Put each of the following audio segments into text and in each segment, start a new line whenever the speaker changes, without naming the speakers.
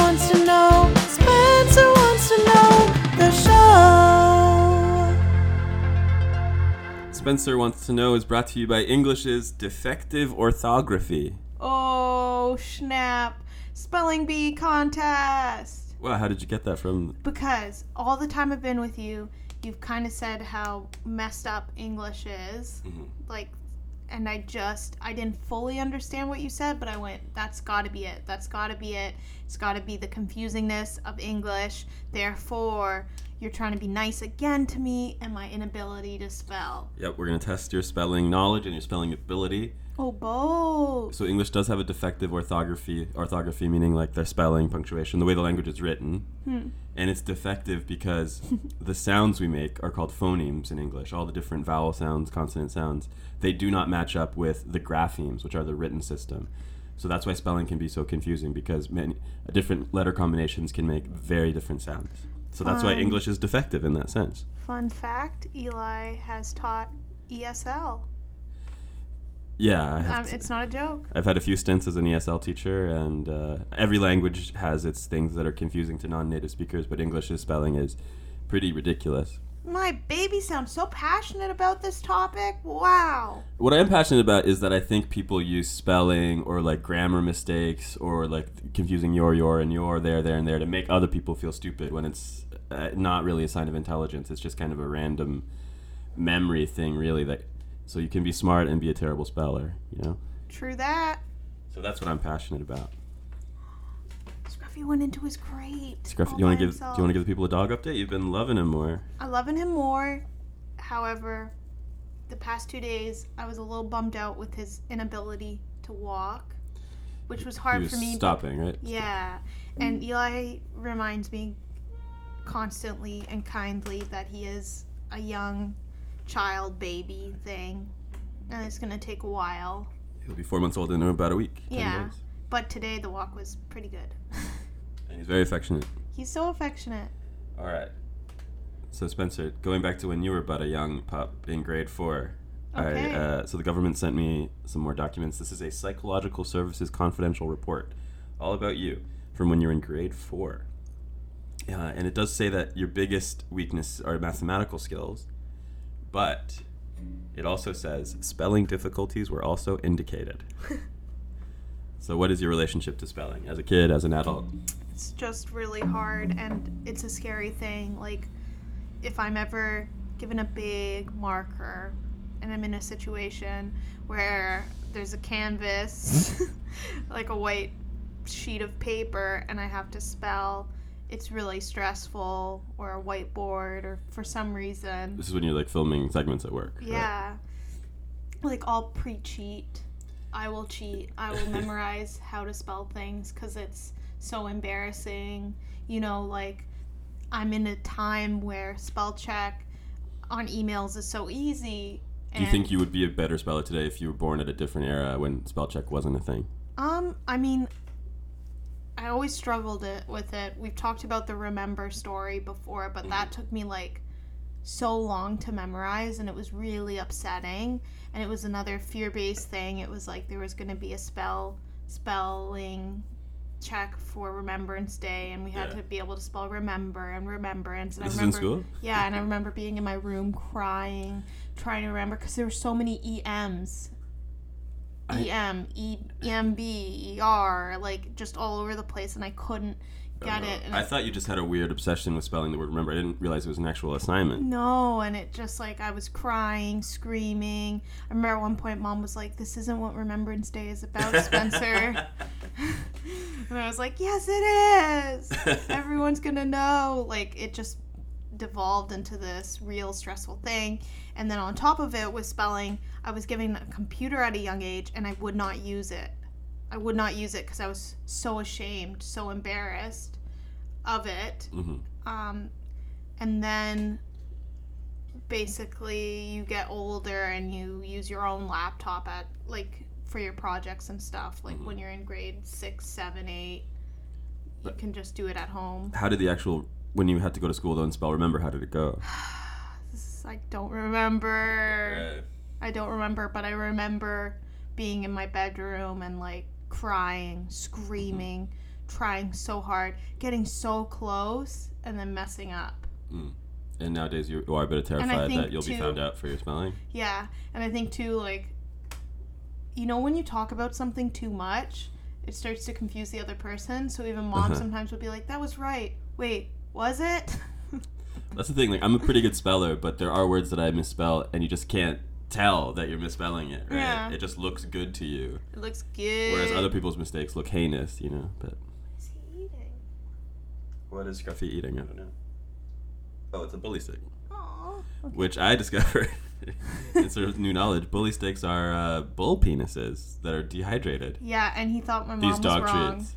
wants to know. Spencer wants to know the show.
Spencer wants to know is brought to you by English's defective orthography.
Oh snap! Spelling bee contest.
Wow, how did you get that from?
Because all the time I've been with you, you've kind of said how messed up English is. Like, and I just I didn't fully understand what you said, but I went, "That's got to be it. That's got to be it. It's got to be the confusingness of English." Therefore, you're trying to be nice again to me and my inability to spell.
Yep, we're gonna test your spelling knowledge and your spelling ability.
Oh, both.
So English does have a defective orthography. Orthography meaning like their spelling, punctuation, the way the language is written. And it's defective because the sounds we make are called phonemes in English. All the different vowel sounds, consonant sounds, they do not match up with the graphemes, which are the written system. So that's why spelling can be so confusing because many different letter combinations can make very different sounds. So that's why English is defective in that sense.
Fun fact Eli has taught E ESL.
Yeah, I have
Um,
to-
it's not a joke.
I've had a few stints as an ESL teacher, and uh, every language has its things that are confusing to non-native speakers. But English's spelling is pretty ridiculous.
My baby sounds so passionate about this topic. Wow.
What I am passionate about is that I think people use spelling or like grammar mistakes or like confusing your, your, and your, there, there, and there to make other people feel stupid when it's uh, not really a sign of intelligence. It's just kind of a random memory thing, really. That so you can be smart and be a terrible speller, you know.
True that.
So that's what I'm passionate about.
Scruffy went into his crate.
Scruffy,
all
you want
by
to give do
himself.
you want to give the people a dog update? You've been loving him more.
I'm loving him more. However, the past two days I was a little bummed out with his inability to walk, which was
he
hard
was
for me.
stopping, right?
Yeah, and Eli reminds me constantly and kindly that he is a young child baby thing, and it's gonna take a while.
He'll be four months old in about a week. 10
Yeah.
days.
But today the walk was pretty good.
And he's very affectionate.
He's so affectionate.
All right. So Spencer, going back to when you were but a young pup in grade four,
Okay.
I, uh, so the government sent me some more documents. This is a psychological services confidential report, all about you from when you were in grade four. Uh, and it does say that your biggest weakness are mathematical skills, but it also says spelling difficulties were also indicated. so what is your relationship to spelling as a kid, as an adult?
It's just really hard, and it's a scary thing. Like, if I'm ever given a big marker and I'm in a situation where there's a canvas, like a white sheet of paper, and I have to spell, it's really stressful, or a whiteboard, or for some reason.
This is when you're like filming segments at work. right?
Yeah. Like, I'll pre cheat. I will cheat. I will memorize how to spell things because it's so embarrassing. You know, like, I'm in a time where spell check on emails is so easy.
Do you think you would be a better speller today if you were born at a different era when spell check wasn't a thing?
Um, I mean, I always struggled it with it. We've talked about the remember story before, but that
Mm-hmm.
took me like so long to memorize and it was really upsetting and it was another fear-based thing. It was like there was going to be a spell spelling check for Remembrance Day, and we had
Yeah.
to be able to spell remember and remembrance. And
This is
I
in
remember,
school?
Yeah, and I remember being in my room crying, trying to remember because there were so many E EMs.
I-
EM, E- EMB, ER, like just all over the place, and I couldn't get it. And
I thought you just had a weird obsession with spelling the word remember. I didn't realize it was an actual assignment.
No, and it just like I was crying, screaming. I remember at one point, mom was like, "This isn't what Remembrance Day is about, Spencer." and I was like, "Yes, it is. Everyone's gonna know." Like it just devolved into this real stressful thing. And then on top of it was spelling. I was given a computer at a young age, and I would not use it. I would not use it because I was so ashamed, so embarrassed of it
hmm
um, and then basically you get older and you use your own laptop at like for your projects and stuff like when you're in grade six seven eight you can just do it at home
How did the actual when you had to go to school though and spell remember? How did it go?
This is- i don't remember
Uh,
i don't remember but i remember being in my bedroom and like crying screaming trying so hard getting so close and then messing up
and nowadays you are a bit terrified
think
that you'll be
too-
found out for your spelling.
Yeah, and I think too, like, you know, when you talk about something too much, it starts to confuse the other person. So even mom
Uh-huh.
sometimes will be like, "That was right. Wait, was it?"
That's the thing. Like I'm a pretty good speller, but there are words that I misspell, and you just can't tell that you're misspelling it. Right?
Yeah.
It just looks good to you,
It looks good.
whereas other people's mistakes look heinous. You know, but.
Is he eating?
What is Scruffy eating? I don't know. Oh, it's a bully stick.
Aw.
Which I discovered. it's sort of new knowledge. Bully sticks are uh, bull penises that are dehydrated.
Yeah, and he thought my mom
These
was
dog
wrong.
treats.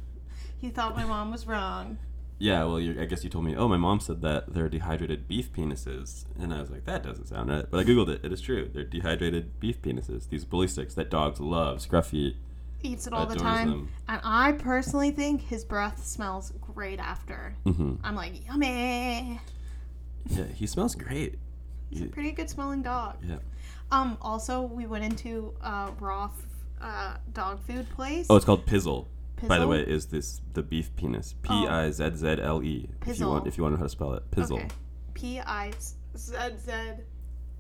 He thought my mom was wrong.
Yeah, well, you I guess you told me, oh, my mom said that they're dehydrated beef penises. And I was like, that doesn't sound right. But I Googled it. It is true. They're dehydrated beef penises. These bully sticks that dogs love. Scruffy
Eats it all
adores
the time,
them.
and I personally think his breath smells great after.
hmm
I'm like, yummy.
Yeah, he smells great.
He's a pretty good smelling dog.
Yeah.
Um. Also, we went into uh, raw f- uh, dog food place.
Oh, it's called pizzle. By the
Pizzle? Oh.
way, is this the beef penis? P I Z Z L E. If you
Pizzle.
want, if you want to know how to spell it, pizzle.
Okay. P I Z Z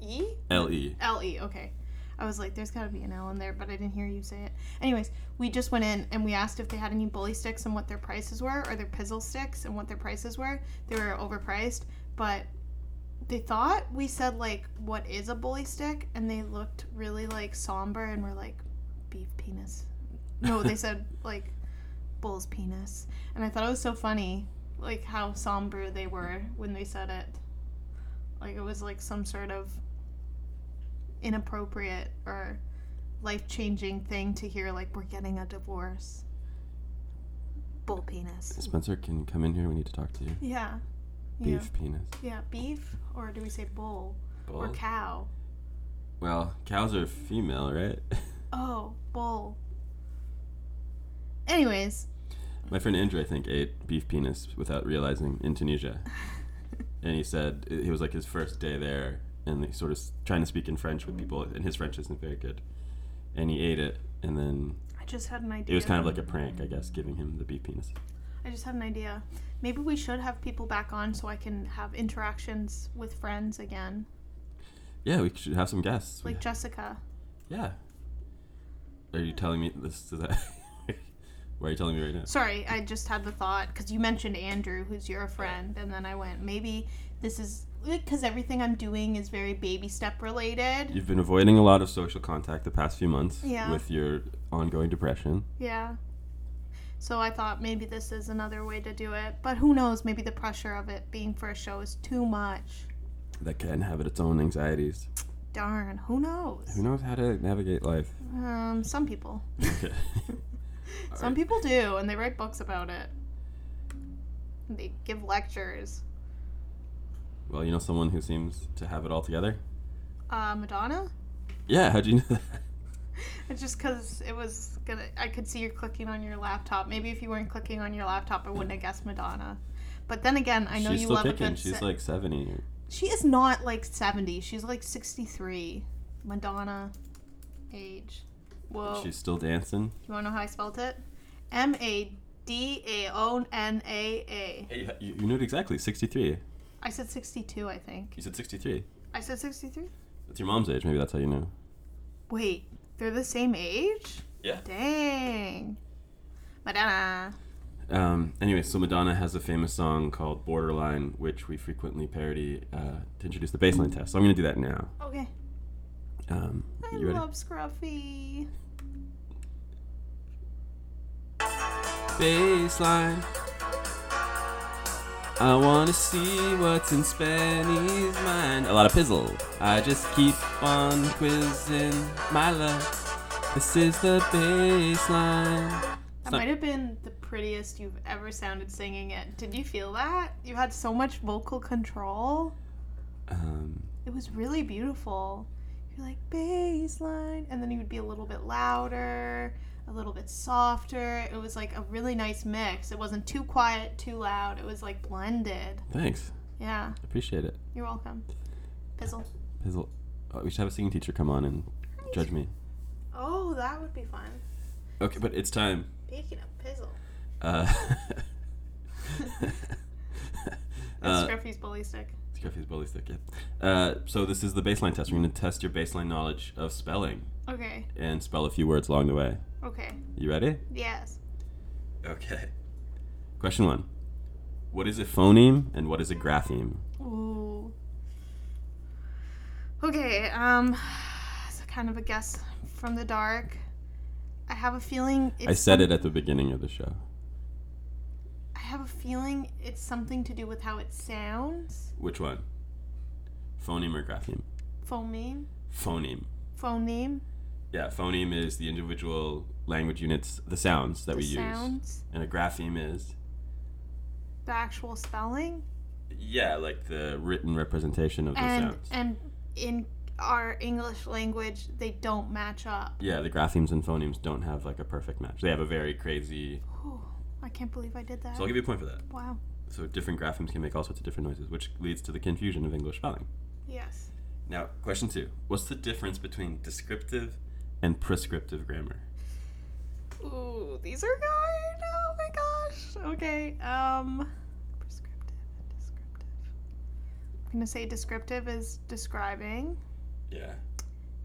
E
L E.
L E. Okay. I was like, there's gotta be an L in there, but I didn't hear you say it. Anyways, we just went in and we asked if they had any bully sticks and what their prices were, or their pizzle sticks and what their prices were. They were overpriced, but they thought we said like, what is a bully stick? And they looked really like somber and were like, beef penis. No, they said like, bull's penis. And I thought it was so funny, like how somber they were when they said it. Like it was like some sort of inappropriate or life changing thing to hear like we're getting a divorce. Bull penis.
Spencer, can you come in here? We need to talk to you.
Yeah. Yeah.
Beef penis.
Yeah, beef or do we say bull or cow?
well, cows are female, right?
Oh, bull. Anyways,
My friend Andrew, I think, ate beef penis without realizing in Tunisia. and he said it it was like his first day there, and he sort of s- trying to speak in French with people, and his French isn't very good. And he ate it, and then
I just had an idea.
it was kind of like a prank, I guess, giving him the beef penis.
I just had an idea. Maybe we should have people back on so I can have interactions with friends again.
Yeah, we should have some guests. We-
Like Jessica.
yeah. Are you telling me this? Is that? Why are you telling me right now?
Sorry, I just had the thought because you mentioned Andrew, who's your friend, and then I went, maybe this is because everything I'm doing is very baby step related.
You've been avoiding a lot of social contact the past few months
Yeah.
with your ongoing depression.
Yeah. So I thought maybe this is another way to do it, but who knows? Maybe the pressure of it being for a show is too much.
That can have its own anxieties.
Darn, who knows?
Who knows how to navigate life?
Um, some people,
Okay.
some people do, and they write books about it. They give lectures.
well, you know someone who seems to have it all together?
Uh, Madonna.
Yeah, how'd you know that?
It's just because it was gonna. I could see you clicking on your laptop. Maybe if you weren't clicking on your laptop, I wouldn't have guessed Madonna. But then again, I know
She's
you
still
love a
kicking.
good.
She's
si-
like 70.
she is not like seventy. She's like sixty-three. Madonna, age. Whoa. Oh.
She's still dancing.
You wanna know how I spelled it? M A D A O N A A.
Hey, You, you knew it exactly. 63.
I said 62, I think.
You said 63.
I said 63?
That's your mom's age. Maybe that's how you know.
Wait, they're the same age?
Yeah.
Dang. Madonna.
Um, anyway, so Madonna has a famous song called Borderline, which we frequently parody uh, to introduce the baseline test. So I'm going to do that now.
Okay.
Um,
I
you ready?
love Scruffy.
Baseline. I wanna see what's in Spenny's mind. A lot of pizzle. I just keep on quizzing my love. This is the baseline.
That
not-
might have been the prettiest you've ever sounded singing it. Did you feel that? You had so much vocal control.
Um,
It was really beautiful. You're like bass line, and then you would be a little bit louder, a little bit softer. It was like a really nice mix. It wasn't too quiet, too loud. It was like blended.
thanks.
Yeah,
Appreciate it.
you're welcome. Pizzle.
Pizzle. Oh, we should have a singing teacher come on and judge me.
Oh, that would be fun.
Okay, but it's time.
Speaking of pizzle,
Uh,
that's
uh,
Scruffy's bully stick.
Scruffy's bully stick, yeah. Uh, so this is the baseline test. We're going to test your baseline knowledge of spelling
Okay.
and spell a few words along the way.
Okay.
You ready?
Yes.
Okay. Question one. What is a phoneme and what is a grapheme?
Ooh. Okay, um, it's kind of a guess from the dark. I have a feeling. It's
I said it
some-
at the beginning of the show.
I have a feeling it's something to do with how it sounds.
Which one? Phoneme or grapheme?
Phoneme.
Phoneme.
Phoneme.
Yeah, phoneme is the individual language units, the sounds that
the
we use.
sounds.
And a grapheme is,
The actual spelling.
yeah, like the written representation of the
and
sounds.
and in our English language, they don't match up.
yeah, the graphemes and phonemes don't have like a perfect match. They have a very crazy.
Whew, I can't believe I did that.
So I'll give you a point for that.
wow.
So different graphemes can make all sorts of different noises, which leads to the confusion of English spelling.
Yes.
Now, question two. What's the difference between descriptive and prescriptive grammar?
Ooh, these are hard. Oh my gosh. Okay. Um prescriptive and descriptive. I'm going to say descriptive is describing
Yeah.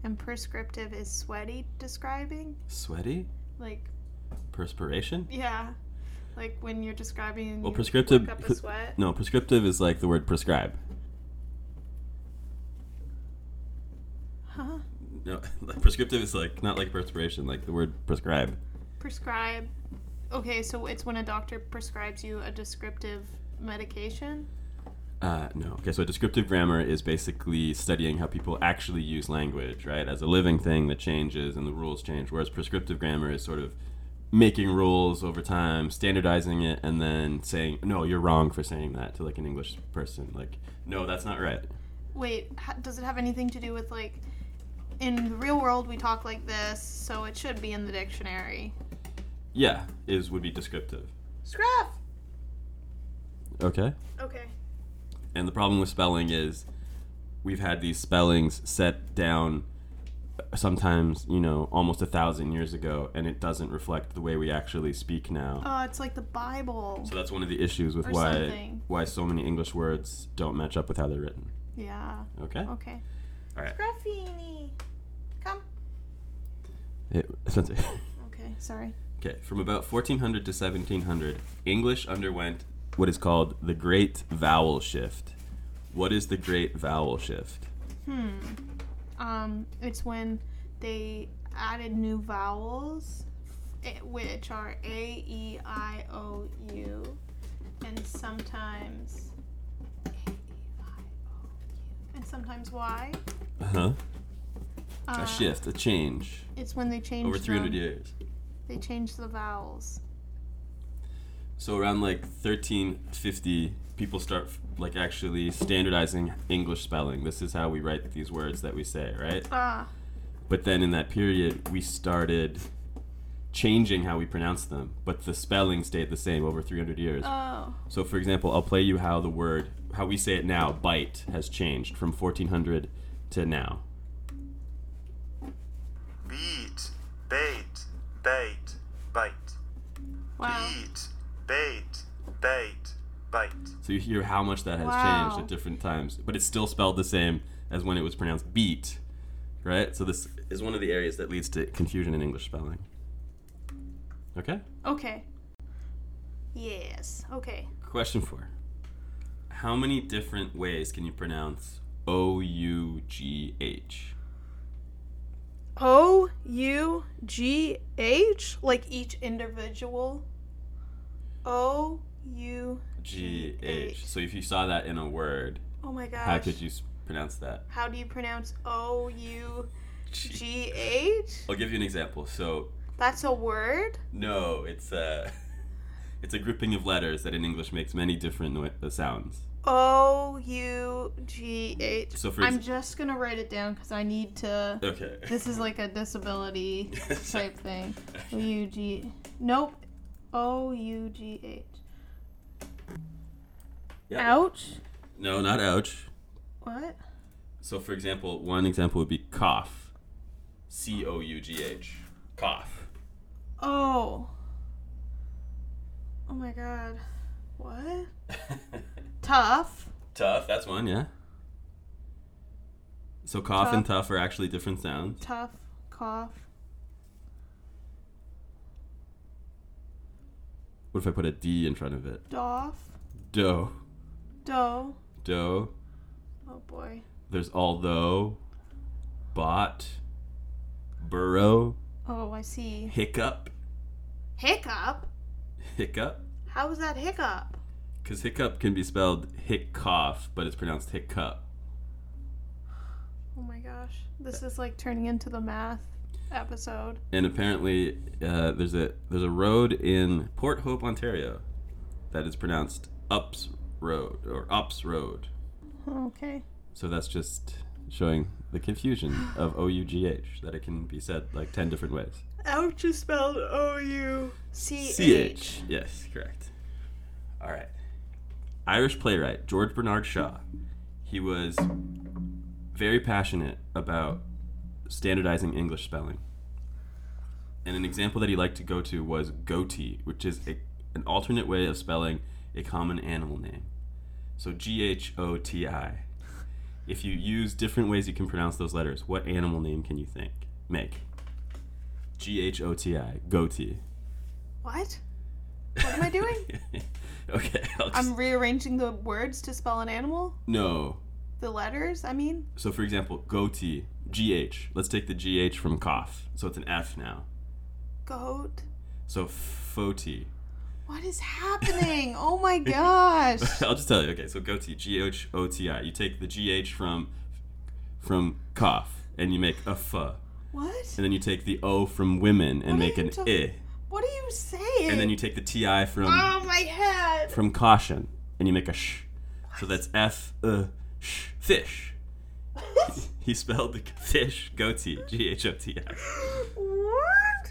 and prescriptive is sweaty describing.
Sweaty?
Like
Perspiration?
yeah. Like when you're describing and
Well,
you
prescriptive-
work up a sweat.
No, prescriptive is like the word prescribe.
Huh?
No, like, prescriptive is like not like perspiration, like the word prescribe.
Prescribe. Okay, so it's when a doctor prescribes you a descriptive medication.
Uh, no. Okay, so descriptive grammar is basically studying how people actually use language, right? As a living thing that changes and the rules change, whereas prescriptive grammar is sort of making rules over time, standardizing it, and then saying, no, you're wrong for saying that to like an English person. Like, no, that's not right.
Wait, ha- does it have anything to do with like in the real world we talk like this, so it should be in the dictionary.
Yeah, is would be descriptive.
Scruff.
Okay.
Okay.
And the problem with spelling is we've had these spellings set down uh, sometimes, you know, almost a thousand years ago, and it doesn't reflect the way we actually speak now.
Uh, it's like the Bible.
So that's one of the issues with
Or
why
something.
why so many English words don't match up with how they're written.
Yeah.
Okay.
Okay.
All right.
Scruffini, come.
Hey, Spencer.
Okay. Sorry.
okay. From about 1400 to 1700, English underwent what is called the Great Vowel Shift. What is the Great Vowel Shift?
Hmm. Um, it's when they added new vowels, eh, which are A, E, I, O, U, and sometimes A, E, I, O, U, and sometimes Y.
Uh huh.
Uh,
A shift, a change
It's when they change
Ah, over 300
them.
years.
They change the vowels.
So around like 1350, people start like actually standardizing English spelling. This is how we write these words that we say, right?
Ah.
But then in that period, we started changing how we pronounce them, but the spelling stayed the same over 300 years.
Oh.
so, for example, I'll play you how the word, how we say it now, bite, has changed from 1400 to now.
Beat, bait, bait, bite.
Wow.
Beat,
So you hear how much that has
Wow.
changed at different times, but it's still spelled the same as when it was pronounced beat, right? So this is one of the areas that leads to confusion in English spelling. Okay.
Okay. Yes. Okay.
Question four. How many different ways can you pronounce O U G H?
O U G H, like each individual. O U.
G
H.
H. So if you saw that in a word,
Oh my gosh.
how could you s- pronounce that?
How do you pronounce O U G H?
I'll give you an example. So
That's a word.
no, it's a it's a grouping of letters that in English makes many different noi- uh, sounds.
O U G H.
So for
I'm
ex-
just gonna write it down because I need to.
Okay.
This is like a disability type thing. O U G. Nope. O U G H.
Yeah.
Ouch.
No, not ouch.
What?
So for example, one example would be cough. C O U G H. Cough.
Oh. Oh my god. What? Tough.
tough, that's one, yeah. So cough and tough are actually different sounds.
Tough. Cough.
What if I put a D in front of it?
Doff.
Dough.
Dough.
Dough.
Oh boy.
There's although, bot, burrow,
Oh, I see.
hiccup,
Hiccup?
hiccup.
How is that hiccup?
Because hiccup can be spelled hic cough, but it's pronounced hiccup.
Oh my gosh. This is like turning into the math episode.
And apparently, uh, there's a there's a road in Port Hope, Ontario, that is pronounced Ups Road or Ups Road.
Okay.
So that's just showing the confusion of O U G H that it can be said like ten different ways.
Ouch is spelled O U C H.
Yes, correct. All right. Irish playwright George Bernard Shaw. He was very passionate about standardizing English spelling. And an example that he liked to go to was goatee, which is a, an alternate way of spelling a common animal name. So G H O T I. If you use different ways you can pronounce those letters, what animal name can you think? Make. G H O T I, goatee.
What? What am I doing?
okay. I'll just,
I'm rearranging the words to spell an animal?
no.
The letters, I mean?
So, for example, goatee, GH. Let's take the GH from cough. So it's an F now.
Goat.
So, foti.
What is happening? Oh my gosh.
I'll just tell you. Okay, so goatee, G H O T I. You take the GH from from cough and you make a F. And
What?
then you take the O from women and
What are
make
you
an
talk-
I.
What are you saying?
And then you take the TI from
Oh my head.
from caution and you make a sh. So that's F, uh, sh, fish. He spelled the fish goatee, G H O T I.
what?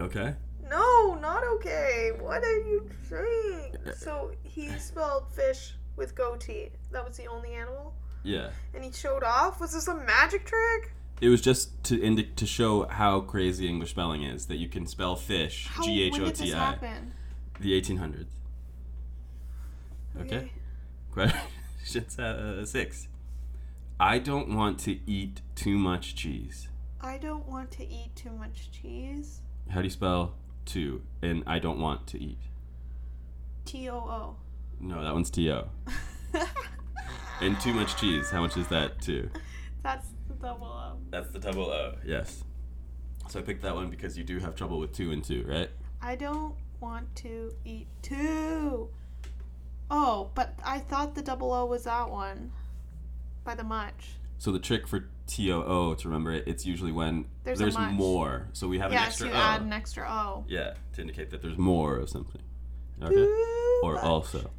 Okay.
No, not okay. What are you saying? So he spelled fish with goatee. That was the only animal?
Yeah.
And he showed off? Was this a magic trick?
It was just to indi- to show how crazy English spelling is that you can spell fish
How,
G H
when
O
did this
T I
happen?
the 1800s. Okay. Question uh, six. I don't want to eat too much cheese.
I don't want to eat too much cheese.
How do you spell to in I don't want to eat?
T O O.
No, that one's T O. And too much cheese. How much is that too?
That's the double O.
That's the double O. Yes. So I picked that one because you do have trouble with two and two, right?
I don't want to eat too. Oh, but I thought the double O was that one. By the much.
So the trick for T O O to remember it, it's usually when
There's
there's,
a much.
more. So we have an
Yes,
extra
you
O.
add an extra O.
yeah, to indicate that there's more of something. Okay.
Too
Or
much.
also.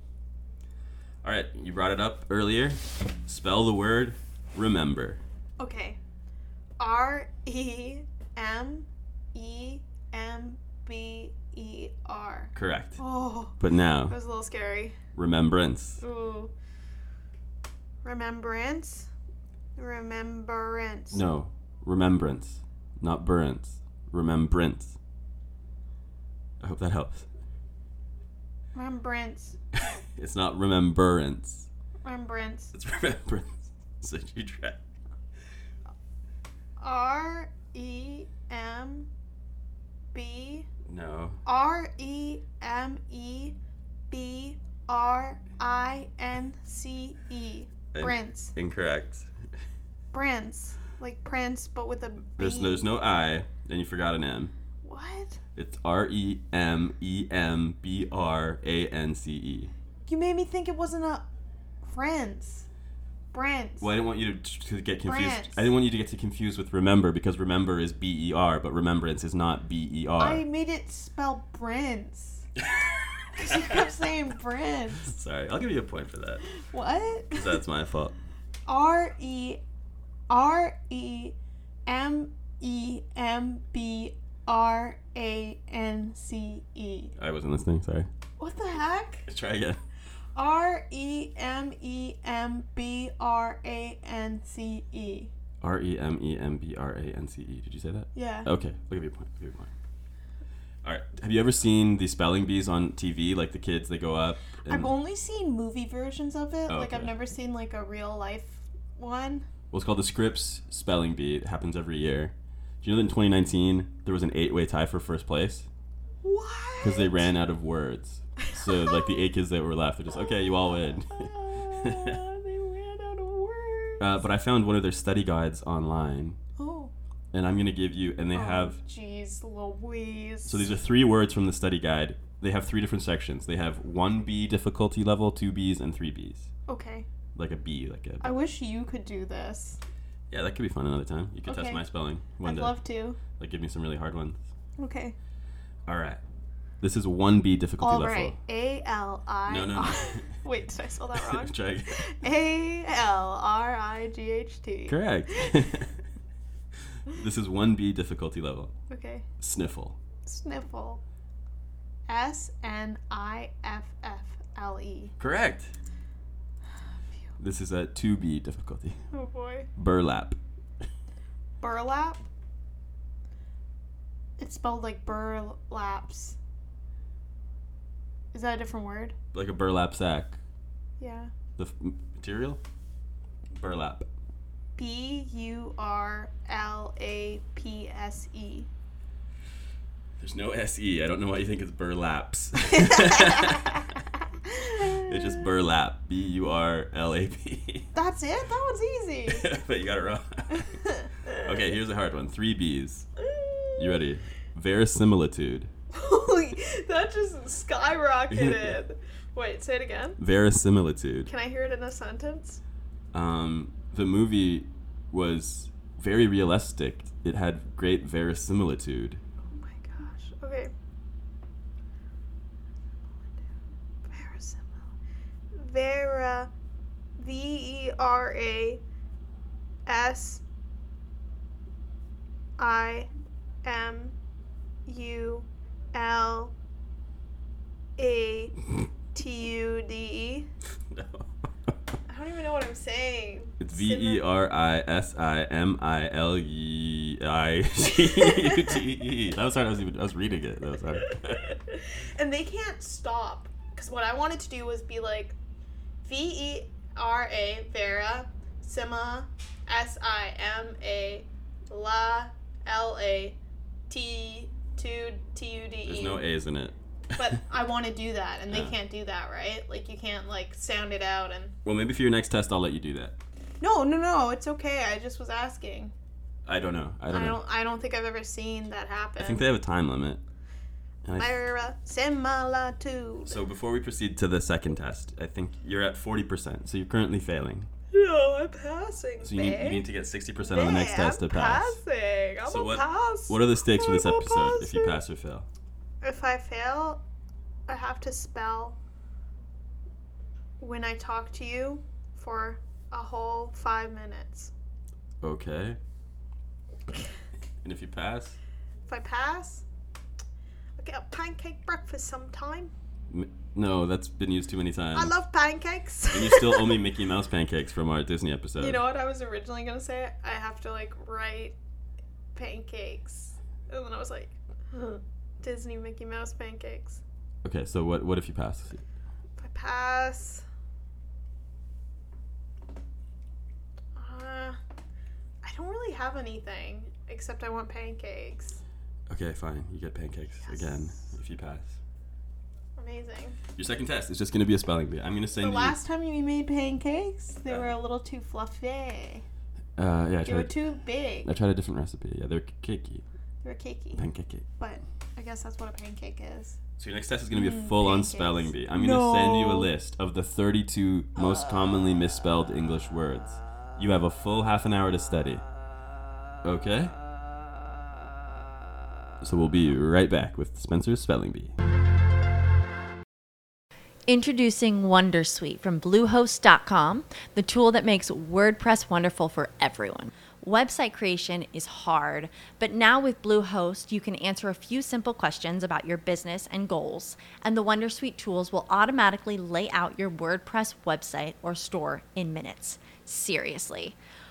All right, you brought it up earlier. Spell the word remember.
Okay. R E M E M B E R.
Correct.
Oh,
But
that
now
was a little scary.
remembrance.
Ooh. Remembrance. Remembrance.
No, remembrance, not burrance. Remembrance. I hope that helps.
Remembrance.
It's not remembrance.
Remembrance.
It's remembrance. So you try.
R E M B
No.
R E M E B R I N C E.
In-
Prince.
Incorrect.
Prince. Like Prince, but with a B.
There's no, there's no I, and you forgot an M.
What?
It's R E M E M B R A N C E.
You made me think it wasn't a Prince. Prince.
Well, I didn't want you to, to get confused.
Brance.
I didn't want you to get to confused with remember because remember is B E R, but remembrance is not B E
I
R.
made it spell Prince. Because you kept saying Prince.
Sorry, I'll give you a point for that.
What?
That's my fault.
R E R E M E M B R A N C E.
I wasn't listening. Sorry.
What the heck?
Let's try again.
R E M E M B R A N C E.
R E M E M B R A N C E. Did you say that?
Yeah.
Okay, I'll give you a point. I'll give you a point. All right. Have you ever seen the spelling bees on TV? Like the kids, they go up. And,
I've
well,
only seen movie versions of it.
Oh,
Like I've
okay.
never seen like a real life one.
it's called the Scripps Spelling Bee. It happens every year. Do you know that in 2019 there was an eight-way tie for first place?
What?
because they ran out of words. So like the eight kids that were left, they're just okay, you all win.
Ah, they ran out of words.
uh, but I found one of their study guides online,
oh.
and I'm gonna give you. And they have
Jeez Louise.
so these are three words from the study guide. They have three different sections. They have one B difficulty level, two Bs, and three Bs.
Okay.
Like a B, like a
I wish you could do this.
yeah. That could be fun another time. You could test
Okay.
my spelling one
I'd
day.
love to.
like give me some really hard ones.
Okay.
All right, this is one B difficulty
All
level.
right. A L I.
No, no, no.
Wait, did I spell that wrong?
Try again.
A L R I G H T.
Correct. this is one B difficulty level.
Okay.
Sniffle.
Sniffle. S N I F F L E.
Correct. This is a 2B difficulty.
Oh boy.
Burlap.
Burlap. It's spelled like burlaps. Is that a different word?
Like a burlap sack.
Yeah.
The f- material? Burlap.
B U R L A P S E.
There's no SE. I don't know why you think it's burlaps. it's just burlap. B U R L A P.
That's it? That one's easy.
But you got it wrong. okay, here's a hard one. Three B's. You ready? Verisimilitude.
Holy, that just skyrocketed. Wait, say it again.
Verisimilitude.
Can I hear it in a sentence?
um, the movie was very realistic. It had great verisimilitude.
Oh my gosh. Okay. Verisimile. Vera. V E R A S I M U L A T U D E.
No.
I don't even know what I'm saying.
It's V E R I S I M I L E I G U T E. That was hard. I was even I was reading it. That was hard.
and they can't stop because what I wanted to do was be like V E R A Vera Sima S I M A La L A T two T U D E.
There's no A's in it.
But I want to do that, and they
Yeah.
can't do that, right? Like you can't like sound it out and.
Well, maybe for your next test, I'll let you do that.
No, no, no. It's okay. I just was asking.
I don't know. I
I
don't
don't. I
know.
don't, think I've ever seen that happen.
I think they have a time limit. And I,
Vera Similitude.
so before we proceed to the second test, I think you're at 40%. So you're currently failing.
No, I'm passing.
So you need, you
babe.
need to get 60% on the next
Hey,
test to
I'm
pass.
Passing. I'm
So
a
what-
pass.
What are the stakes for this
I'm a
episode if you
passer.
pass or fail?
If I fail, I have to spell when I talk to you for a whole five minutes.
Okay. And if you pass,
If I pass, I get a pancake breakfast sometime.
m- no, that's been used too many times.
I love pancakes.
and you still owe me Mickey Mouse pancakes from our Disney episode.
You know what I was originally gonna say? I have to like write pancakes, and then I was like, Disney Mickey Mouse pancakes.
okay, so what what if you pass?
If I Pass. Uh, I don't really have anything except I want pancakes.
Okay, fine. You get pancakes again
Yes.
if you pass.
Amazing.
Your second test is just going to be a spelling bee. I'm going to
The
send you.
last time you made pancakes, they were a little too fluffy.
uh, yeah, I
They were
tried,
too big.
I tried a different recipe. Yeah, they're cakey.
They were cakey.
Pancake.
But I guess that's what a pancake is.
So your next test is going to be a
Mm,
full-on
pancakes.
spelling bee. I'm going to send you a
No. Ah.
list of the 32 most commonly misspelled English words. You have a full half an hour to study. Okay? So we'll be right back with Spencer's spelling bee.
Introducing Wondersuite from Bluehost.com, the tool that makes WordPress wonderful for everyone. Website creation is hard, but now with Bluehost, you can answer a few simple questions about your business and goals, and the Wondersuite tools will automatically lay out your WordPress website or store in minutes. Seriously.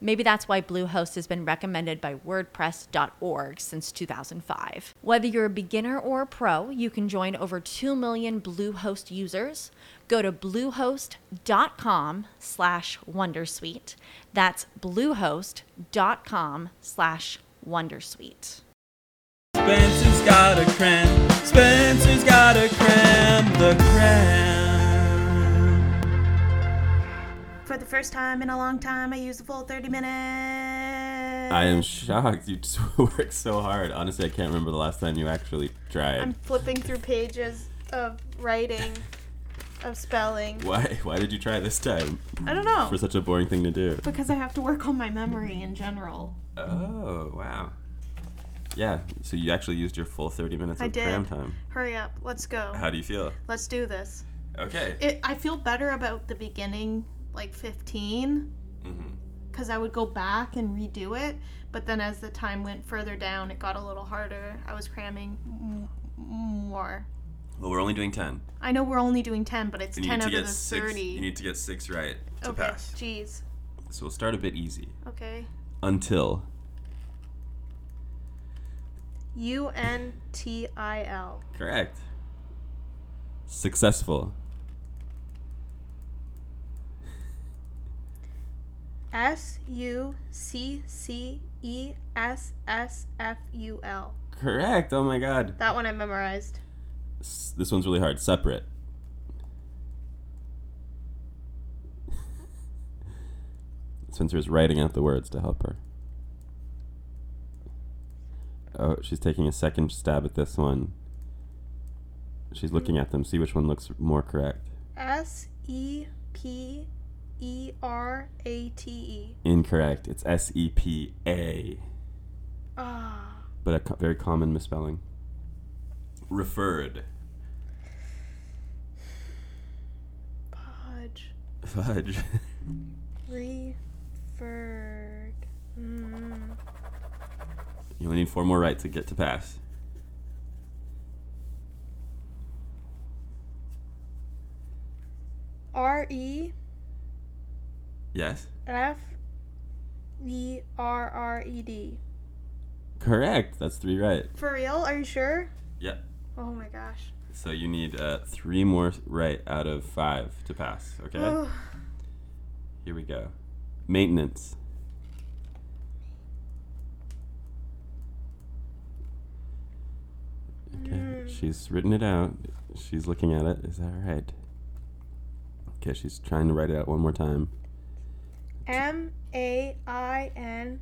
Maybe that's why Bluehost has been recommended by WordPress.org since 2005. Whether you're a beginner or a pro, you can join over 2 million Bluehost users. Go to bluehost.com slash Wondersuite. That's bluehost.com slash Wondersuite.
Spencer's got a cram. Spencer's got a cram. The cram.
For the first time in a long time, I used the full 30 minutes.
I am shocked. You just worked so hard. Honestly, I can't remember the last time you actually tried.
I'm flipping through pages of writing, of spelling.
Why? Why did you try this time?
I don't know.
For such a boring thing to do.
Because I have to work on my memory in general.
Oh wow. Yeah. So you actually used your full 30 minutes
I
of
did.
cram time.
Hurry up. Let's go.
How do you feel?
Let's do this.
Okay.
It, I feel better about the beginning, like 15,
Mhm.
because I would go back and redo it. But then as the time went further down, it got a little harder. I was cramming m- m- more.
Well, we're only doing 10.
I know we're only doing 10, but it's
You
10
need
out
to
of the
get six.
30.
You need to get six right to
okay.
pass.
Jeez.
So we'll start a bit easy.
Okay.
Until
U N T I L.
correct. Successful.
S U C C E S S F U L.
Correct. Oh my God.
That one I memorized.
S- this one's really hard. Separate. Spencer is writing out the words to help her. Oh, she's taking a second stab at this one. She's looking at them. See which one looks more correct.
S E P E R A T E.
Incorrect. It's S E P A,
Ah.
but a co- very common misspelling. Referred.
Podge.
Fudge.
Referred. Mm.
you only need four more right to get to pass.
R E
Yes.
F E R R E D.
Correct. That's three right.
For real? Are you sure?
Yep.
Oh my gosh.
So you need uh, three more right out of five to pass. Okay.
Ugh.
Here we go. Maintenance. Okay. She's written it out. She's looking at it. Is that right? Okay. She's trying to write it out one more time.
M A I N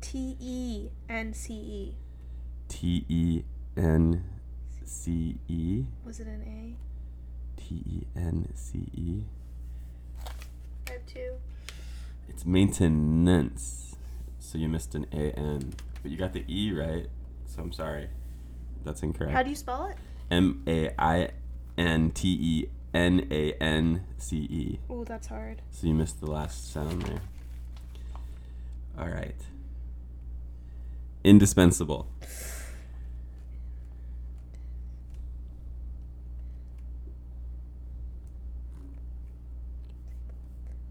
T E N C E.
T E N C E.
Was it an
T E N C E.
A? I have two.
It's maintenance. So you missed an A N. But you got the E right. So I'm sorry. That's
How
incorrect.
do you spell it?
M A I N T E N E. A N C E.
Oh, that's hard.
So you missed the last sound there. All right. Indispensable.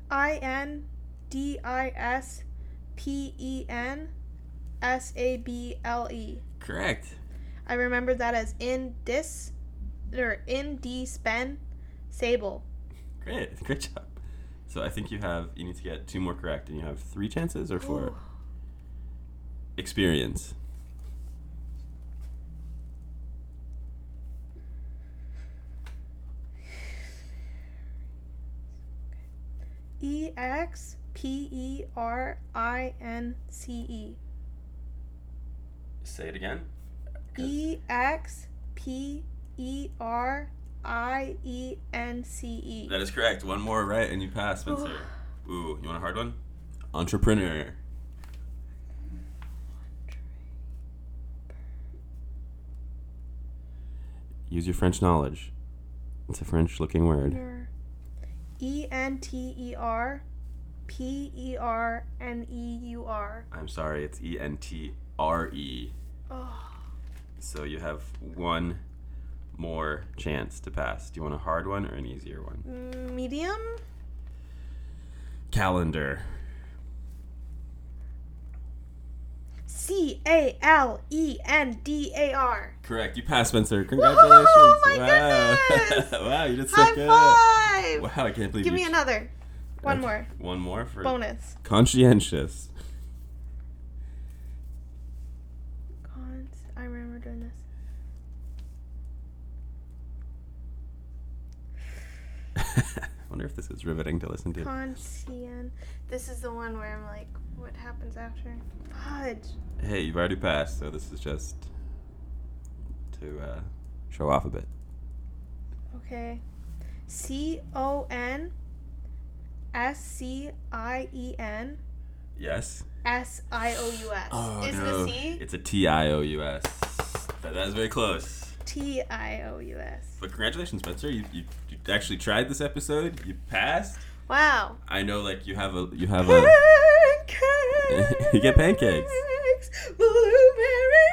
I N D I S P E N S A B L E.
Correct.
I remember that as in dis or in D spen sable.
Great. Great job. So I think you have you need to get two more correct and you have three chances or four.
Ooh.
Experience.
E X P E R I N C
Say it again.
E. E X P E R I E N C E.
That is correct. One more right and you pass, Spencer. Ooh, you want a hard one? Entrepreneur. Use your French knowledge. It's a French looking word.
E N T E R P E R N E U R.
I'm sorry, it's E N T R E.
Oh,
So you have one more chance to pass. Do you want a hard one or an easier one?
medium?
Calendar.
C A L E N D A R.
Correct. You passed, Spencer. Congratulations.
my
wow.
goodness.
wow, you did so
High
good.
five!
Wow, I can't believe
Give
you
me another. One more.
One more for
Bonus.
conscientious.
Cons. I remember doing this.
wonder if this is riveting to listen to.
Conscien. This is the one where I'm like, what happens after? Fudge.
Hey, you've already passed, so this is just to uh, show off a bit.
Okay. C O N S C I E N
Yes.
S I O U
Oh,
S. Is the C?
It's a T I O U S. That, that is very close.
T I O U S.
But congratulations, Spencer. You, you, you actually tried this episode. You passed.
Wow.
I know, like you have a you have a
Pancakes.
You get pancakes.
Blueberry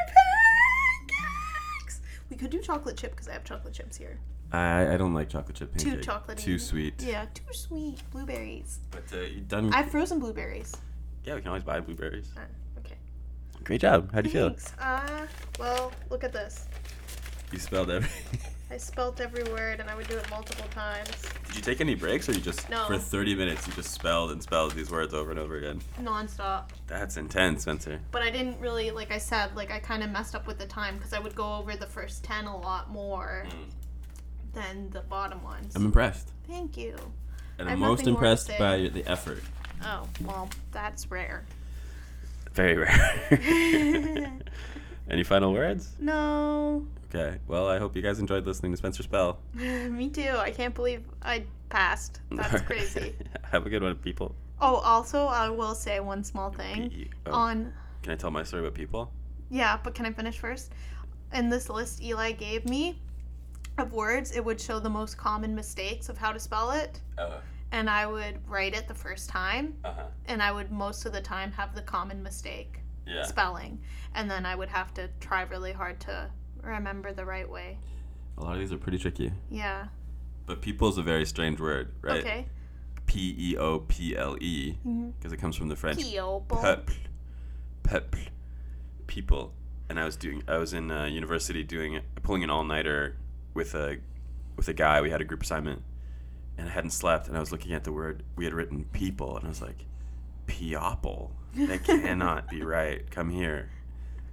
pancakes. We could do chocolate chip because I have chocolate chips here.
I, I don't like chocolate chip
Too
pancake.
chocolatey.
Too sweet.
Yeah, too sweet. Blueberries.
But uh, you done.
I've frozen blueberries.
yeah, we can always buy blueberries.
Uh, okay.
Great job. How do you feel?
Thanks. Uh, well, look at this.
You spelled everything.
I spelt every word and I would do it multiple times.
Did you take any breaks, or you just
No.
for 30 minutes you just spelled and spelled these words over and over again?
Nonstop.
That's intense, Spencer.
But I didn't really, like I said, like I kind of messed up with the time because I would go over the first 10 a lot more than the bottom ones.
I'm impressed,
Thank you.
and
I
I'm
have
most
nothing more to
impressed
say.
by the effort.
Oh, well, that's rare.
Very rare. any final words?
No.
Okay. Well, I hope you guys enjoyed listening to Spencer spell.
Me too. I can't believe I passed. That's crazy.
Have a good one, people.
Oh, also, I will say one small thing.
Be- oh,
On,
Can I tell my story about people?
yeah, but can I finish first? In this list Eli gave me of words, it would show the most common mistakes of how to spell it.
Oh,
And I would write it the first time,
uh huh.
and I would most of the time have the common mistake
Yeah.
spelling. And then I would have to try really hard to remember the right way.
A lot of these are pretty tricky.
Yeah.
But people is a very strange word, right?
Okay.
P E O P L E,
Mhm.
because it comes from the French
People.
peuple, peuple, people. And I was doing, I was in uh, university doing, pulling an all nighter with a, with a guy. We had a group assignment, and I hadn't slept, and I was looking at the word we had written people, and I was like, people. That cannot be right. Come here.